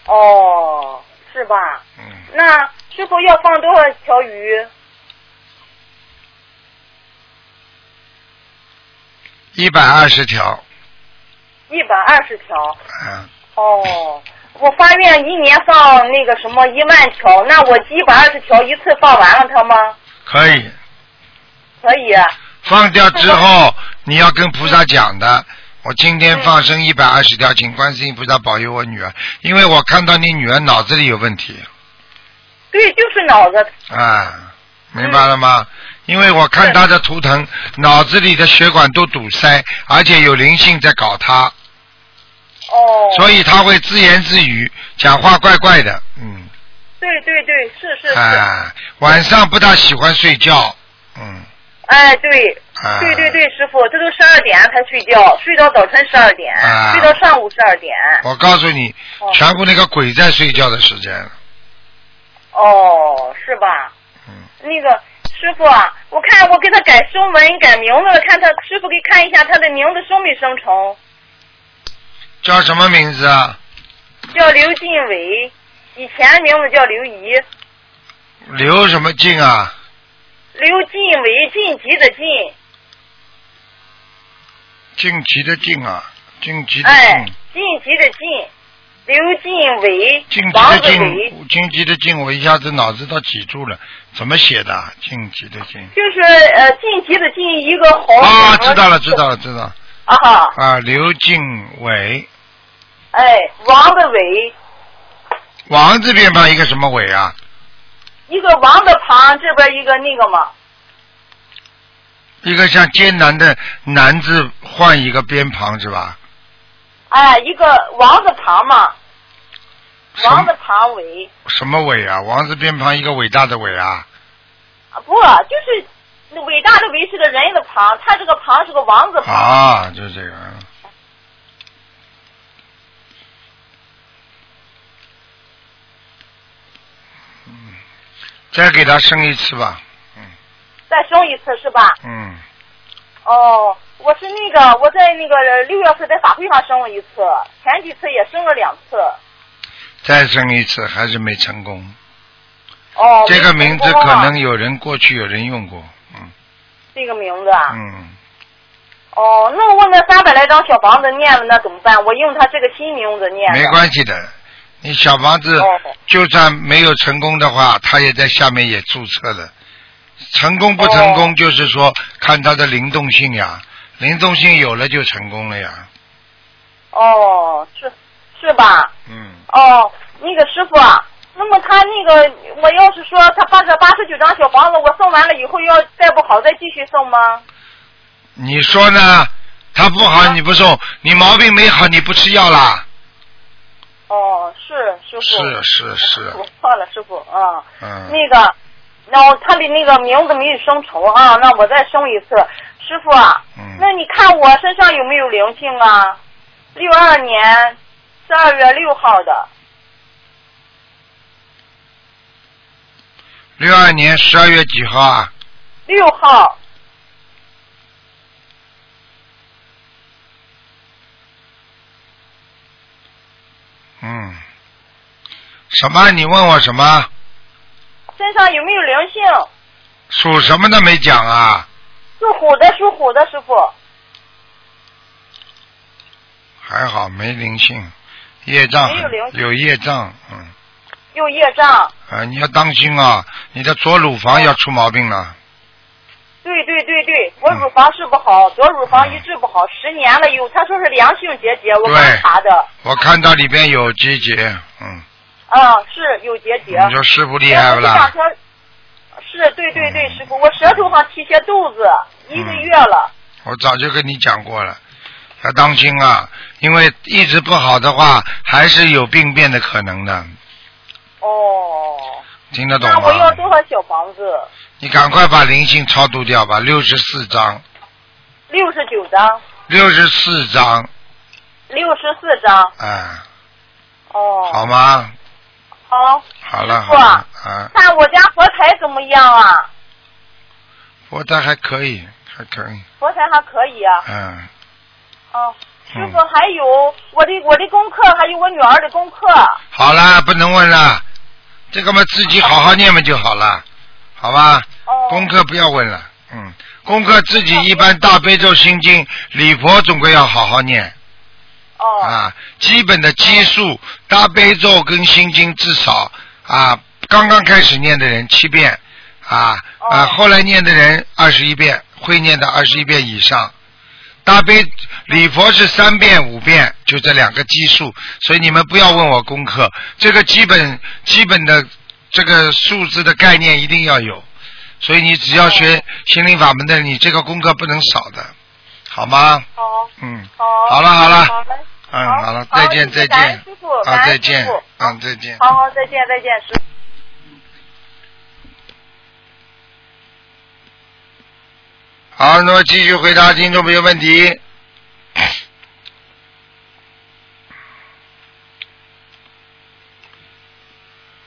S5: 哦，是吧？
S1: 嗯，
S5: 那师傅要放多少条鱼？
S1: 一百二十条，
S5: 一百二十条。
S1: 啊，
S5: 哦，我发愿一年放那个什么一万条，那我一百二十条一次放完了它吗？
S1: 可以，
S5: 可以。啊
S1: 放掉之后，你要跟菩萨讲的。我今天放生一百二十条，请观世音菩萨保佑我女儿，因为我看到你女儿脑子里有问题
S5: 对，就是脑子。
S1: 啊，明白了吗？因为我看她的图腾，脑子里的血管都堵塞，而且有灵性在搞她，
S5: 哦。
S1: 所以她会自言自语，讲话怪怪的，嗯，
S5: 对对对，是是是。
S1: 啊，晚上不大喜欢睡觉，嗯，
S5: 哎，对。
S1: 啊，
S5: 对对对，师傅，这都十二点才睡觉，睡到早晨十二点，
S1: 啊
S5: 睡到上午十二点。
S1: 我告诉你，
S5: 哦
S1: 全部那个鬼在睡觉的时间，
S5: 哦，是吧？
S1: 嗯。
S5: 那个师傅啊，我看我给他改声纹、改名字了，看他师傅给看一下他的名字生没生成，
S1: 叫什么名字啊？
S5: 叫刘进伟，以前名字叫刘怡，
S1: 刘什么静啊？
S5: 刘进伟晋级的晋，
S1: 晋级的晋啊，晋级的
S5: 哎
S1: 晋，，
S5: 晋级的晋，刘进伟
S1: 晋，级
S5: 王
S1: 的
S5: 子伟，
S1: 晋，晋级的晋，我一下子脑子都记住了，怎么写的啊？晋级的晋。
S5: 就是呃晋级的晋一个红
S1: 啊，
S5: 什么
S1: 知道了，知道了，知道了
S5: 啊，
S1: 啊！刘静伟，
S5: 哎，王的伟，
S1: 王字边旁一个什么伟啊？
S5: 一个王的旁这边一个那个嘛，
S1: 一个像艰难的难字换一个边旁是吧？
S5: 哎，一个王字旁嘛，
S1: 什
S5: 王
S1: 么
S5: 字旁伟。
S1: 什么伟啊？王字边旁一个伟大的伟啊？
S5: 啊，不，就是那伟大的伟是个人的旁，他这个旁是个王字旁。
S1: 啊，就是这个。嗯嗯再给他生一次吧，
S5: 再生一次是吧？
S1: 嗯，
S5: 哦，我是那个我在那个六月份在法会上生了一次，前几次也生了两次。
S1: 再生一次还是没成功。
S5: 哦，
S1: 这个名字
S5: 我
S1: 可
S5: 忘了
S1: 能有人过去有人用过，嗯
S5: 这个名字啊。
S1: 嗯，
S5: 哦，那我那三百来张小房子念了，那怎么办？我用他这个新名字念。
S1: 没关系的。你小房子
S5: 哦
S1: 就算没有成功的话，他也在下面也注册了。成功不成
S5: 哦
S1: 功，就是说看他的灵动性呀，灵动性有了就成功了呀。
S5: 哦，是是吧？
S1: 嗯，
S5: 哦，那个师傅啊，那么他那个，我要是说他把这八十九张小房子我送完了以后，要再不好再继续送吗？
S1: 你说呢？他不
S5: 啊
S1: 好你不送，你毛病没好你不吃药啦？
S5: 哦，是师傅。哎
S1: 是是是，
S5: 我错了，师傅啊。
S1: 嗯。
S5: 那个，那我他的那个名字没有生仇啊，那我再生一次。师傅啊，
S1: 嗯
S5: 那你看我身上有没有灵性啊？六二年十二月六号的，
S1: 六二年十二月几号啊？
S5: 六号
S1: 嗯。什么？你问我什么？
S5: 身上有没有灵性？
S1: 属什么的没讲啊？
S5: 属虎的，属虎的师傅。
S1: 还好没灵性，业障
S5: 没有灵性
S1: 有业障，嗯
S5: 有业障，
S1: 啊，你要当心啊，你的左乳房要出毛病
S5: 啊
S1: 了，
S5: 对对对对，我乳房治不好，左乳房一治不好，十年了有，他说是良性结节，我刚
S1: 对
S5: 查的，
S1: 我看到里边有结节，嗯，
S5: 啊，是有结节。
S1: 你说师傅厉害不
S5: 我
S1: 啦
S5: 就想？说是对对对，师傅，我舌头上起些豆子，一
S1: 嗯
S5: 个月了。
S1: 我早就跟你讲过了，要当心啊，因为一直不好的话，还是有病变的可能的，
S5: 哦，
S1: 听得懂
S5: 那我要
S1: 吗？
S5: 多少小房子？
S1: 你赶快把灵性超度掉吧，六十四章，
S5: 六十九张，
S1: 六十四章，
S5: 六十四张。
S1: 啊，
S5: 哦，
S1: 好吗？
S5: 好，
S1: 好了
S5: 师
S1: 好
S5: 傅啊
S1: 了，啊，
S5: 看我家佛台怎么样啊？
S1: 我这还可以，还可以，
S5: 佛台还可以啊。
S1: 嗯
S5: 哦，师
S1: 嗯
S5: 傅，。还有我的我的功课，还有我女儿的功课。
S1: 好啦，不能问了，这个嘛自己好好念嘛就好了，好吧？
S5: 哦，
S1: 功课不要问了，嗯，功课自己一般大悲咒心经、礼佛总归要好好念
S5: 哦，
S1: 啊，基本的基数大悲咒跟心经至少啊，刚刚开始念的人七遍啊啊，
S5: 哦
S1: 后来念的人二十一遍，会念的二十一遍以上。大悲礼佛是三遍五遍，就这两个基数，所以你们不要问我功课，这个基本基本的这个数字的概念一定要有，所以你只要学心灵法门的，你这个功课不能少的，好吗？
S5: 好，
S1: 嗯，
S5: 好，
S1: 好了好了
S5: 好嘞
S1: 嗯，
S5: 好
S1: 好了，再见
S5: 好
S1: 再
S5: 感恩
S1: 见
S5: 师傅，
S1: 啊，
S5: 感恩
S1: 再
S5: 师
S1: 见
S5: 傅，
S1: 嗯，再见。
S5: 好好，再见再见，师傅。
S1: 好，那么继续回答听众朋友问题。 [COUGHS]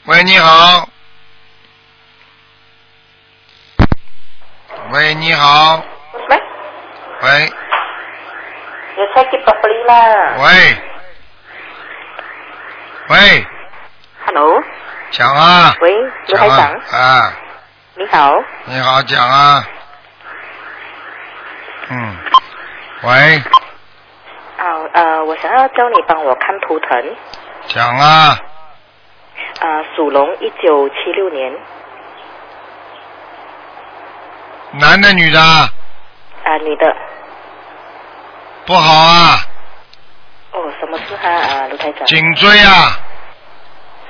S1: 喂，你好。喂，你好。
S9: 喂，
S1: 喂，
S9: 你才给不不理啦
S1: 喂，喂，
S9: ？Hello，
S1: 讲啊，
S9: 喂，卢
S1: 讲
S9: 台
S1: 啊
S9: 长，，
S1: 啊，
S9: 你好，
S1: 你好，讲啊。嗯，喂，
S9: 啊呃，我想要叫你帮我看图腾，
S1: 讲啊，
S9: 啊，属龙，一九七六年，
S1: 男的女的啊
S9: 啊，你的，
S1: 不好啊，
S9: 哦，什么事哈？啊，卢台长，
S1: 颈椎啊，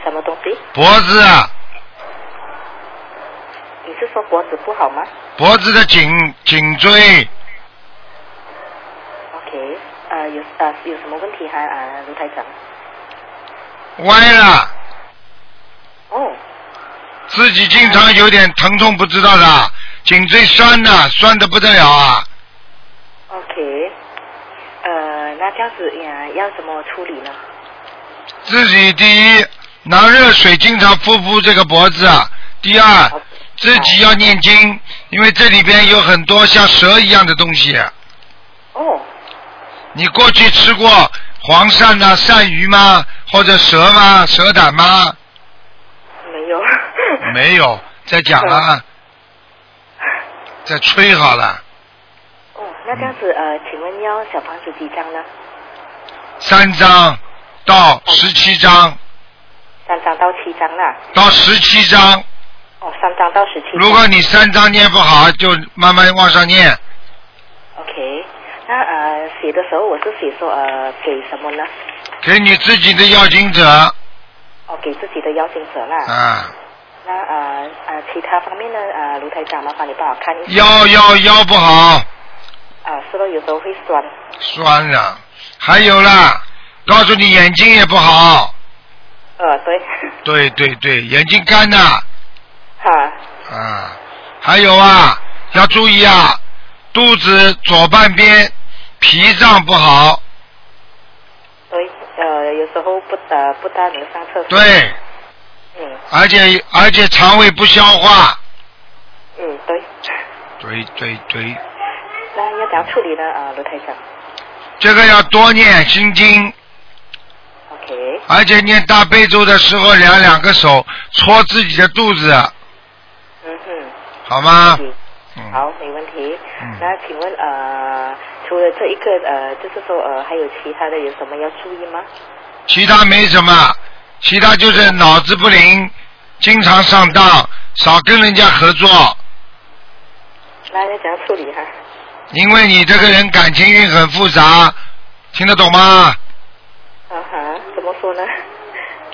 S9: 什么东西？
S1: 脖子啊，
S9: 你是说脖子不好吗
S1: 脖子的颈颈椎，
S9: ？OK，啊，有啊有什么问题哈？啊，卢台长，
S1: 歪了，
S9: 哦，
S1: 自己经常有点疼痛，不知道的，啊颈椎酸呐、酸的不得了啊。
S9: OK，呃，那这样子呀，要怎么处理呢？
S1: 自己第一拿热水经常敷敷这个脖子，啊，第二
S9: 好
S1: 自己要念经，因为这里边有很多像蛇一样的东西。啊
S9: 哦，
S1: 你过去吃过黄鳝呐、鳝鱼吗？或者蛇吗？蛇胆吗？
S9: 没有。
S1: 没有，再讲了啊，再吹好了，
S9: [LAUGHS] 哦，那这样子呃，请问要小房子几张呢？
S1: 三张到十七张，
S9: 三张到七张啦。
S1: 到十七张。
S9: 哦，三张到十七张。
S1: 如果你三张念不好，就慢慢往上念。
S9: OK，那呃写的时候我是写说呃给什么呢？
S1: 给你自己的要经者
S9: 哦，给自己的邀请者啦。
S1: 啊，
S9: 那呃呃其他方面呢？呃，卢台长，麻烦你帮我看一下。
S1: 腰腰腰不好，
S9: 啊，吃了有时候会酸。
S1: 酸了，还有啦，告诉你眼睛也不好，
S9: 呃，对，
S1: 对
S9: [LAUGHS]
S1: 对对，眼睛干呐，
S9: 哈，
S1: 啊，还有啊，要注意啊，肚子左半边脾脏不好，
S9: 对，呃，有时候不呃不大能上厕所。，
S1: 对，
S9: 嗯
S1: 而且而且肠胃不消化，
S9: 嗯，对。 [LAUGHS]
S1: 对对对，
S9: 那要怎样处理呢？啊，卢台长
S1: 这个要多念心经，
S9: ，OK，
S1: 而且念大悲咒的时候，两两个手搓自己的肚子，
S9: 嗯哼，
S1: 好吗？
S9: 嗯
S1: 嗯，
S9: 好，没问题。
S1: 嗯
S9: 那请问呃，除了这一个呃，就是说呃，还有其他的有什么要注意吗？
S1: 其他没什么，其他就是脑子不灵，经常上当，少跟人家合作，
S9: 那要怎样处理哈、
S1: 因为你这个人感情运很复杂，听得懂吗？
S9: 啊哈，怎么说呢？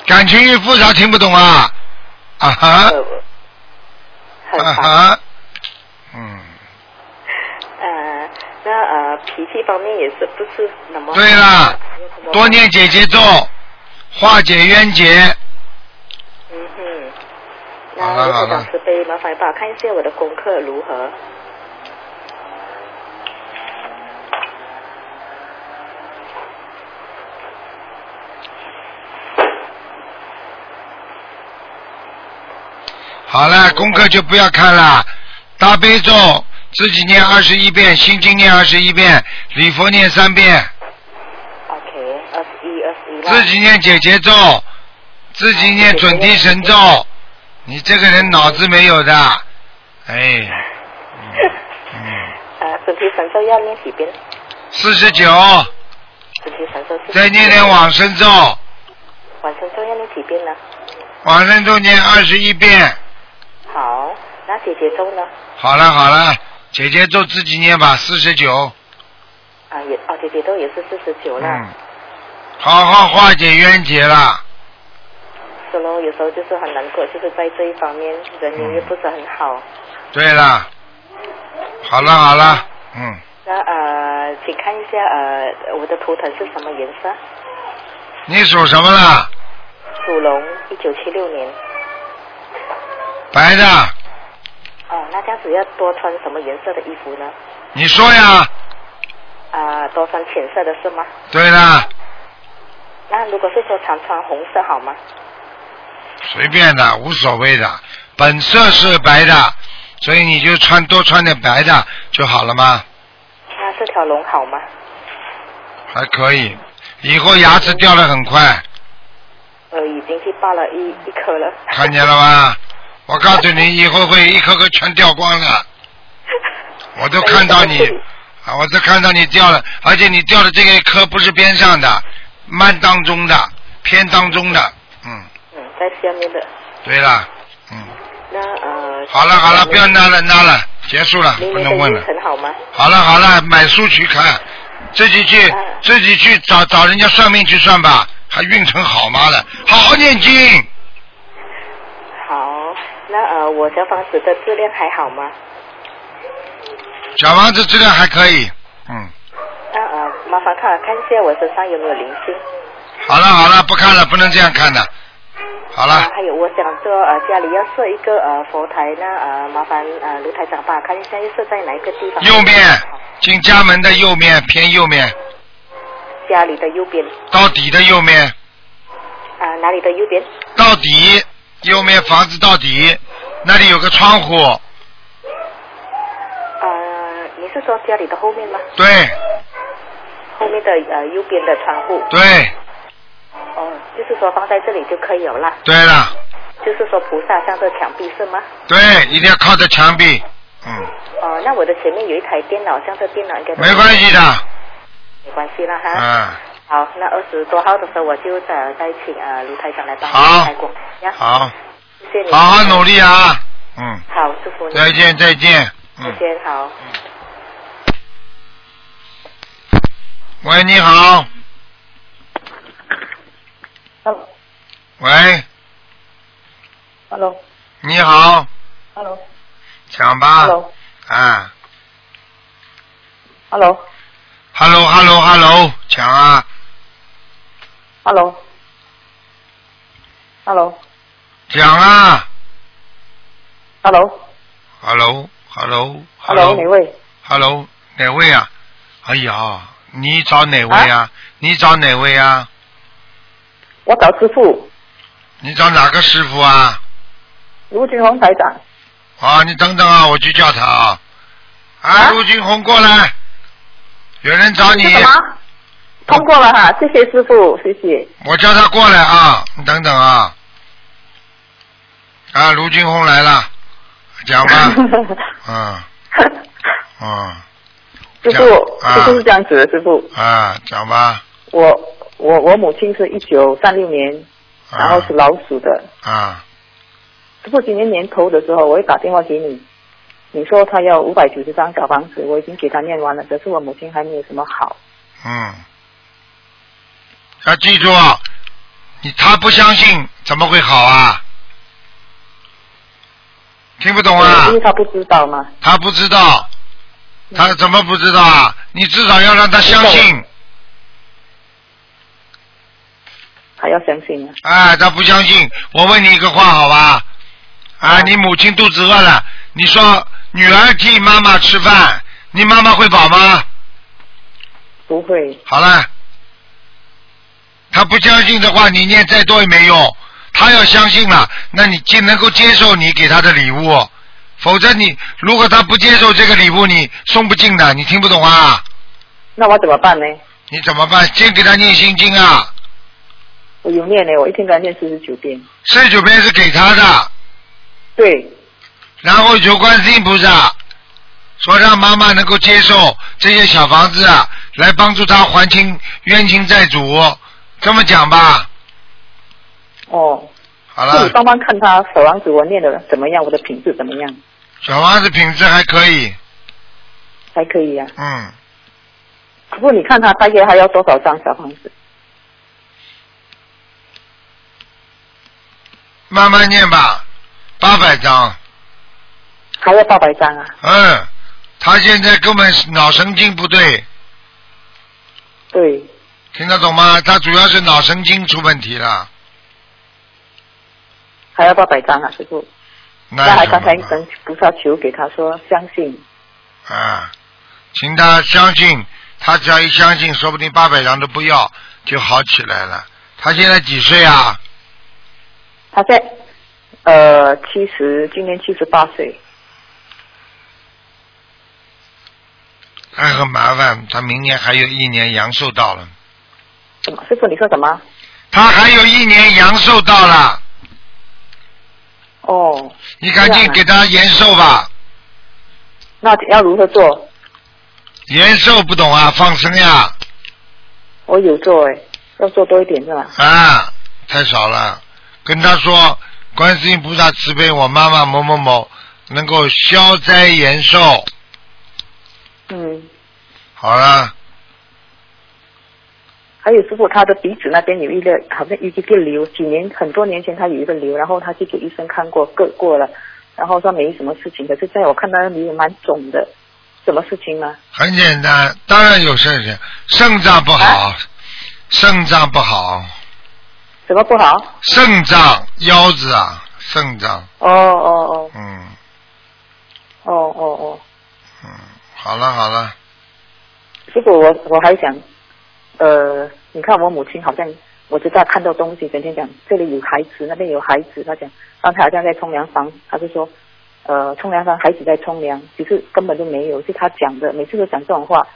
S1: 感情运复杂听不懂啊？啊哈，
S9: 呃，很
S1: 啊
S9: 烦。
S1: 哈，嗯，
S9: 呃，那呃，脾气方面也是不是那么
S1: 对啦，多念姐姐咒，化解冤结。
S9: 嗯哼，
S1: 好了
S9: 那如
S1: 好
S9: 果
S1: 了
S9: 长慈悲，麻烦帮我看一下我的功课如何？
S1: 好了，功课就不要看了。大悲咒自己念二十一遍，心经念二十一遍，礼佛念三遍，
S9: OK，二十一，二十一啦。
S1: 自己念解结咒，自己念准提神咒。你这个人脑子没有的，哎，嗯，
S9: 呃，准提神咒要念几遍？
S1: 四十九，
S9: 准提神咒是。
S1: 再念点。往生咒，
S9: 晚上咒要念几遍呢？
S1: 往生咒念二十一遍。
S9: 好，那姐姐咒呢？
S1: 好了好了，姐姐咒自己念吧，四十九，
S9: 啊，也哦，姐姐咒也是四十九啦
S1: 嗯。，好好化解冤结了。
S9: 是喽，有时候就是很难过，就是在这一方面人缘也不是很好。
S1: 对了，好了好了，嗯，
S9: 那呃，请看一下呃，我的图腾是什么颜色？
S1: 你属什么的？
S9: 属龙，一九七六年。
S1: 白的，
S9: 哦，那这样子要多穿什么颜色的衣服呢？
S1: 你说呀？
S9: 啊、多穿浅色的是吗？
S1: 对了，
S9: 那如果是说常穿红色好吗？
S1: 随便的，无所谓的，本色是白的，所以你就穿多穿点白的就好了嘛，
S9: 那这条龙好吗？
S1: 还可以。以后牙齿掉的很快，
S9: 呃，已经去拔了一一颗了。
S1: 看见了吧？我告诉你，以后会一颗颗全掉光的。我都看到
S9: [LAUGHS]
S1: 你啊，我都看到你掉了，而且你掉的这个颗不是边上的，慢当中的，偏当中的，嗯。
S9: 嗯，在下面的
S1: 对了，嗯，
S9: 那呃。
S1: 好了好了，不要
S9: 拿。
S1: 拉了拉了，结束了，
S9: 明
S1: 不
S9: 年
S1: 能问
S9: 的
S1: 了
S9: 运。程好吗？
S1: 好了好了，买书去看，自己去
S9: 嗯
S1: 自己去找找人家算命去算吧，还运程好吗了？好好念经，
S9: 好，那呃，我小房子的质量还好吗？
S1: 小房子质量还可以，嗯，
S9: 那呃，麻烦看看一下我身上有没有灵性。
S1: 好了好了，不看了，不能这样看的，好了
S9: 啊，，还有我想说呃，家里要设一个呃佛台，那呃麻烦呃卢台长帮我看一下，要设在哪一个地方？
S1: 右面进家门的右面偏右面，
S9: 家里的右边
S1: 到底的右面，
S9: 啊、哪里的右边？
S1: 到底右面房子到底，那里有个窗户，
S9: 呃，你是说家里的后面吗？
S1: 对
S9: 后面的呃右边的窗户。
S1: 对
S9: 哦，就是说放在这里就可以有啦。
S1: 对了。
S9: 就是说菩萨上这墙壁是吗？
S1: 对，一定要靠着墙壁。嗯，
S9: 哦，那我的前面有一台电脑，像这电脑应该
S1: 没关系，的。
S9: 没关系啦哈。
S1: 嗯，
S9: 好，那二十多号的时候我就再再请呃卢台长来帮
S1: 好
S9: 我开光呀。，
S1: 好，
S9: 谢谢你。
S1: 好好努力啊。嗯，
S9: 好，祝福你。
S1: 再见，再见。
S9: 再
S1: 嗯，
S9: 见，好。
S1: 喂，你好。喂，
S3: Hello
S1: 你好，
S3: Hello
S1: 讲吧。
S3: Hello，
S1: 啊，
S10: Hello。
S1: Hello，Hello，Hello，讲啊，
S10: Hello。Hello。
S1: 讲啊
S10: Hello。Hello，哪
S1: ，Hello，Hello，Hello，
S10: 位？
S1: Hello，哪位啊？哎呀，你找哪位啊？你找哪位啊？
S10: 我找师傅
S1: 你找哪个师傅啊？
S10: 卢俊宏台长。
S1: 啊，你等等啊，我去叫他啊。啊，陆军红过来，有人找你，
S10: 什么？通过了哈，谢谢师傅，谢谢。
S1: 我叫他过来啊，你等等啊。啊，卢军红来了，讲
S10: [LAUGHS]
S1: 吧，嗯，嗯，
S10: [LAUGHS]
S1: 这
S10: 师
S1: 样
S10: 傅，
S1: 啊
S10: 师傅是这样子的，师傅，
S1: 啊，讲吧，
S10: 我我我母亲是一九三六年，然后是老鼠的。
S1: 啊，
S10: 师傅今年年头的时候，我会打电话给你，你说他要五百九十张小房子，我已经给他念完了，可是我母亲还没有什么好。
S1: 嗯，要记住，啊你他不相信怎么会好啊？听不懂啊？
S10: 因为他不知道嘛。
S1: 他不知道，他怎么不知道啊？你至少要让他相信，
S10: 还要相信啊。
S1: 哎，他不相信。我问你一个话，好吧？啊，
S10: 嗯
S1: 你母亲肚子饿了，你说女儿替妈妈吃饭，你妈妈会饱吗？
S10: 不会。
S1: 好了，他不相信的话，你念再多也没用。他要相信了，那你既能够接受你给他的礼物，否则你如果他不接受这个礼物，你送不进的。你听不懂啊？
S10: 那我怎么办呢？
S1: 你怎么办？先给他念心经啊，
S10: 我有念呢，我一天给他念四十九遍。
S1: 四十九遍是给他的，
S10: 对，
S1: 然后求观世音菩萨，说让妈妈能够接受这些小房子啊，来帮助他还清冤亲债主。这么讲吧，
S10: 哦。
S1: 好
S10: 那你
S1: 了，
S9: 嗯
S10: 帮忙看他小王子我念的怎么样，我的品质怎么样，
S1: 小房子品质还可以，
S10: 还可以啊。
S1: 嗯，
S10: 不过你看他大约还要多少张小房子？
S1: 慢慢念吧，八百张，
S10: 还要八百张啊？
S1: 嗯，他现在根本是脑神经不对，
S10: 对，
S1: 听得懂吗？他主要是脑神经出问题了，
S10: 还要八百张啊，师傅。
S1: 那
S10: 还
S1: 有什
S10: 刚才
S1: 么办
S10: 跟菩萨求给他说相信，
S1: 啊，请他相信，他只要一相信，说不定八百张都不要就好起来了。他现在几岁啊？
S10: 他在呃七十，今年七十八岁，
S1: 那哎很麻烦，他明年还有一年阳寿到了，
S10: 什么？师傅你说什么？
S1: 他还有一年阳寿到了，
S10: 哦，
S1: 你赶紧给他延寿吧。
S10: 那要如何做？
S1: 延寿不懂啊，放生呀，
S10: 我有做哎，要做多一点是吧？
S1: 啊，太少了。跟他说，观世音菩萨慈悲，我妈妈某某某能够消灾延寿。
S10: 嗯，
S1: 好了，
S10: 还有师傅他的鼻子那边有一个好像有一个瘤，几年很多年前他有一个瘤，然后他去给医生看过，割过了，然后说没什么事情，可是在我看他的瘤蛮肿的，什么事情呢？
S1: 很简单，当然有事情，肾脏不好，肾脏不好，
S10: 什么不好？
S1: 肾脏腰子啊，肾脏，
S10: 哦哦
S1: 嗯，
S10: 哦哦哦哦，
S1: 好了好了，
S10: 师傅我我还想，呃，你看我母亲好像。我知道看到东西，整天讲这里有孩子，那边有孩子。他讲刚才好像在冲凉房，他就说，呃，冲凉房孩子在冲凉，其实根本就没有，是他讲的，每次都讲这种话，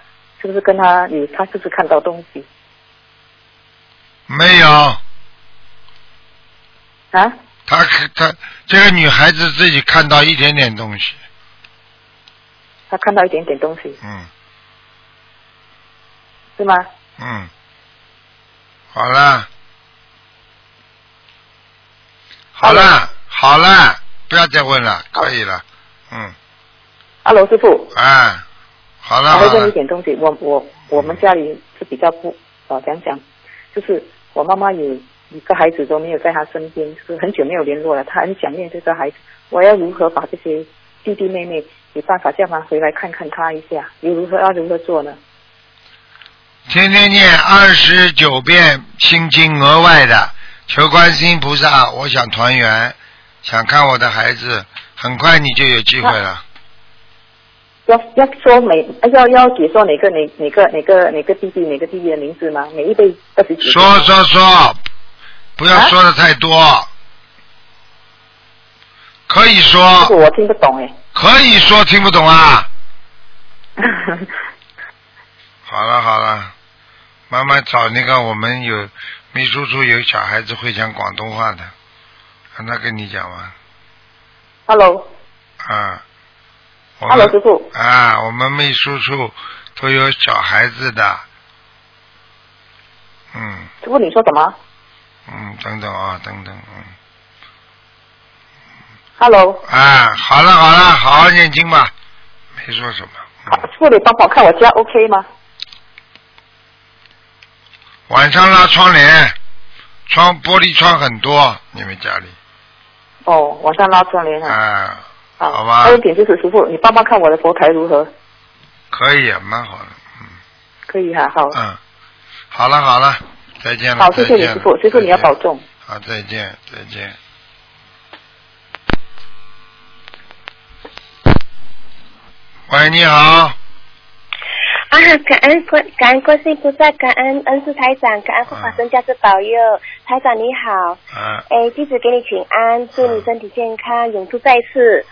S10: 是不是跟他有他是不是看到东西
S1: 没有，
S10: 啊？
S1: 她她这个女孩子自己看到一点点东西，
S10: 他看到一点点东西
S1: 嗯
S10: 是吗？
S1: 嗯，好了，好了好了，不要再问了，可以了，嗯，
S10: 阿罗师傅，
S1: 哎，好了好
S10: 我会问一
S1: 了，
S10: 点东西，我我我们家里是比较不呃讲讲，就是我妈妈有一个孩子都没有在她身边，就是很久没有联络了，她很想念这个孩子，我要如何把这些弟弟妹妹，有办法叫他回来看看他一下，又如何要如何做呢？
S1: 天天念二十九遍心经，额外的求观世音菩萨，我想团圆，想看我的孩子，很快你就有机会了。
S10: 要要说每要要解说哪个哪哪个哪个哪个弟弟哪个弟弟的名字吗？每一辈二十九。
S1: 说说说，不要说的太多，可以
S10: 这个
S1: 说
S10: 我听不懂哎。
S1: 可以说听不懂啊。好了好了，慢慢找那个我们有秘书处有小孩子会讲广东话的，让他跟你讲吧。
S10: [LAUGHS] Hello，
S1: 啊，我
S10: Hello，
S1: 们
S10: 师傅
S1: 啊，我们秘书处都有小孩子的，嗯
S10: 师傅你说什么
S1: 嗯，等等啊，等等，嗯
S10: ？Hello，
S1: 啊，好了好了，好好念经吧，没说什么，嗯
S10: 师傅你帮我看我家 OK 吗？
S1: 晚上拉窗帘，窗玻璃窗很多，你们家里
S10: 哦，晚上拉窗帘啊。
S1: 啊，
S10: 好
S1: 好吧
S10: 还有一点就是师傅，你帮忙看我的佛台如何？
S1: 可以，啊蛮好的，
S10: 可以哈、好。
S1: 嗯，好了好了，再见了，
S10: 好，谢谢你
S1: 嗯再见
S10: 师
S1: 了
S10: 傅，师傅你要保重。
S1: 好，再见，再见。喂，你好，
S11: 啊，感恩观感恩观世音菩萨，感恩恩师台长，感恩护法神加持保佑。台长你好，
S1: 啊，
S11: 哎，弟子给你请安，祝你身体健康，永驻在世。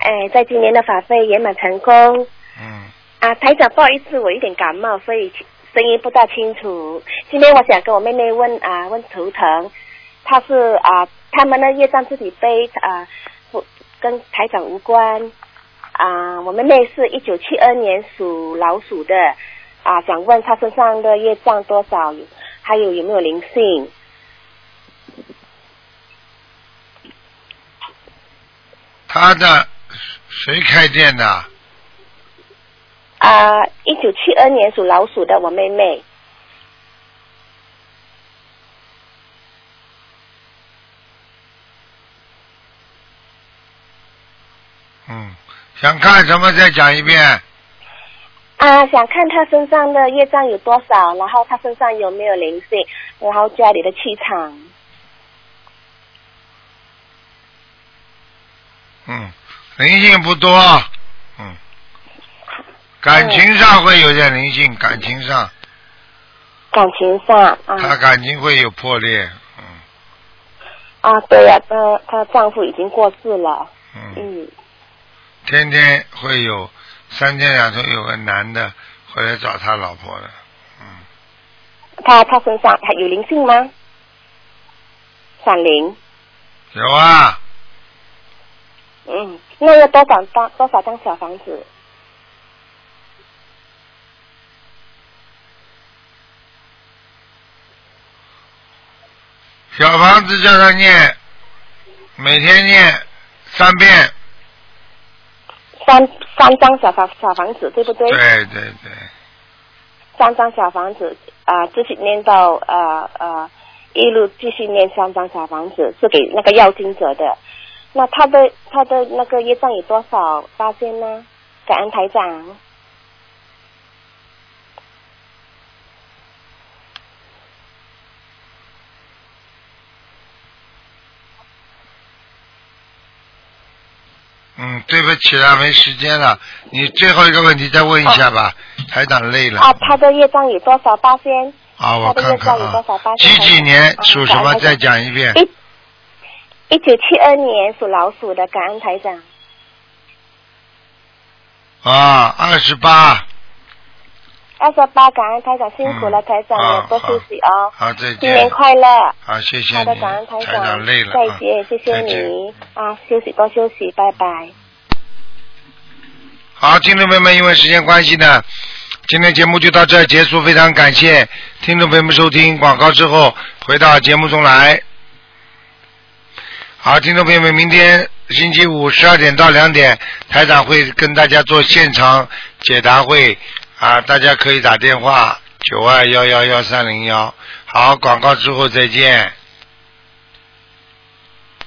S11: 哎，在今年的法会圆满成功。
S1: 嗯，
S11: 啊，台长，不好意思，我有点感冒，所以声音不大清楚。今天我想跟我妹妹问啊，问图腾，她是啊，他们的业障自己背啊，不跟台长无关。啊，我妹妹是一九七二年属老鼠的，啊，想问她身上的业障多少，还有有没有灵性？
S1: 他的谁开店的？
S11: 啊，一九七二年属老鼠的我妹妹，
S1: 嗯，想看什么再讲一遍。
S11: 啊，想看她身上的业障有多少，然后她身上有没有灵性，然后家里的气场。
S1: 嗯，灵性不多，嗯，感情上会有点灵性，感情上
S11: 感情上
S10: 嗯
S1: 他
S11: 啊
S1: 感情会有破裂，嗯
S11: 啊，对呀、她她丈夫已经过世了，嗯，
S1: 天天会有三天两头有个男的回来找他老婆的，嗯
S11: 她她身上还有灵性吗？闪灵，
S1: 有啊，
S11: 嗯，那要多少张多少张小房子？
S1: 小房子叫他念，每天念三遍。
S11: 三三张小房小房子，对不对？
S1: 对对对，
S11: 三张小房子啊、继续念到呃呃，一路继续念三张小房子，是给那个要经者的。那他的他的那个业障有多少八千呢？感恩台长。
S1: 嗯，对不起了，没时间了。你最后一个问题再问一下吧，台长累了。
S11: 啊，他的业障有多少八千？
S1: 啊，我
S11: 他的
S1: 看看
S11: 业障有多
S1: 啊，
S11: 少八
S1: 几
S11: 千？
S1: 几
S11: 嗯
S1: 年属什么？
S11: 感恩台长
S1: 再讲一遍。
S11: 一一九七二年属老鼠的，感恩台长。
S1: 啊，二十八。
S11: 二十八，感恩台长，辛苦了，台长，
S1: 啊
S11: 也多休息哦。
S1: 好，再
S11: 新年
S1: 见。
S11: 快乐！
S1: 好，谢谢
S11: 好的，
S1: 你，
S11: 感恩台
S1: 台长累了。
S11: 再
S1: 啊
S11: 见，谢谢
S1: 再见
S11: 你啊，休息多休息，拜拜。
S1: 好，听众朋友们，因为时间关系呢，今天节目就到这儿结束。非常感谢听众朋友们收听广告之后回到节目中来。好，听众朋友们，明天星期五十二点到两点，台长会跟大家做现场解答会啊，大家可以打电话九二幺幺幺三零幺。好，广告之后再见。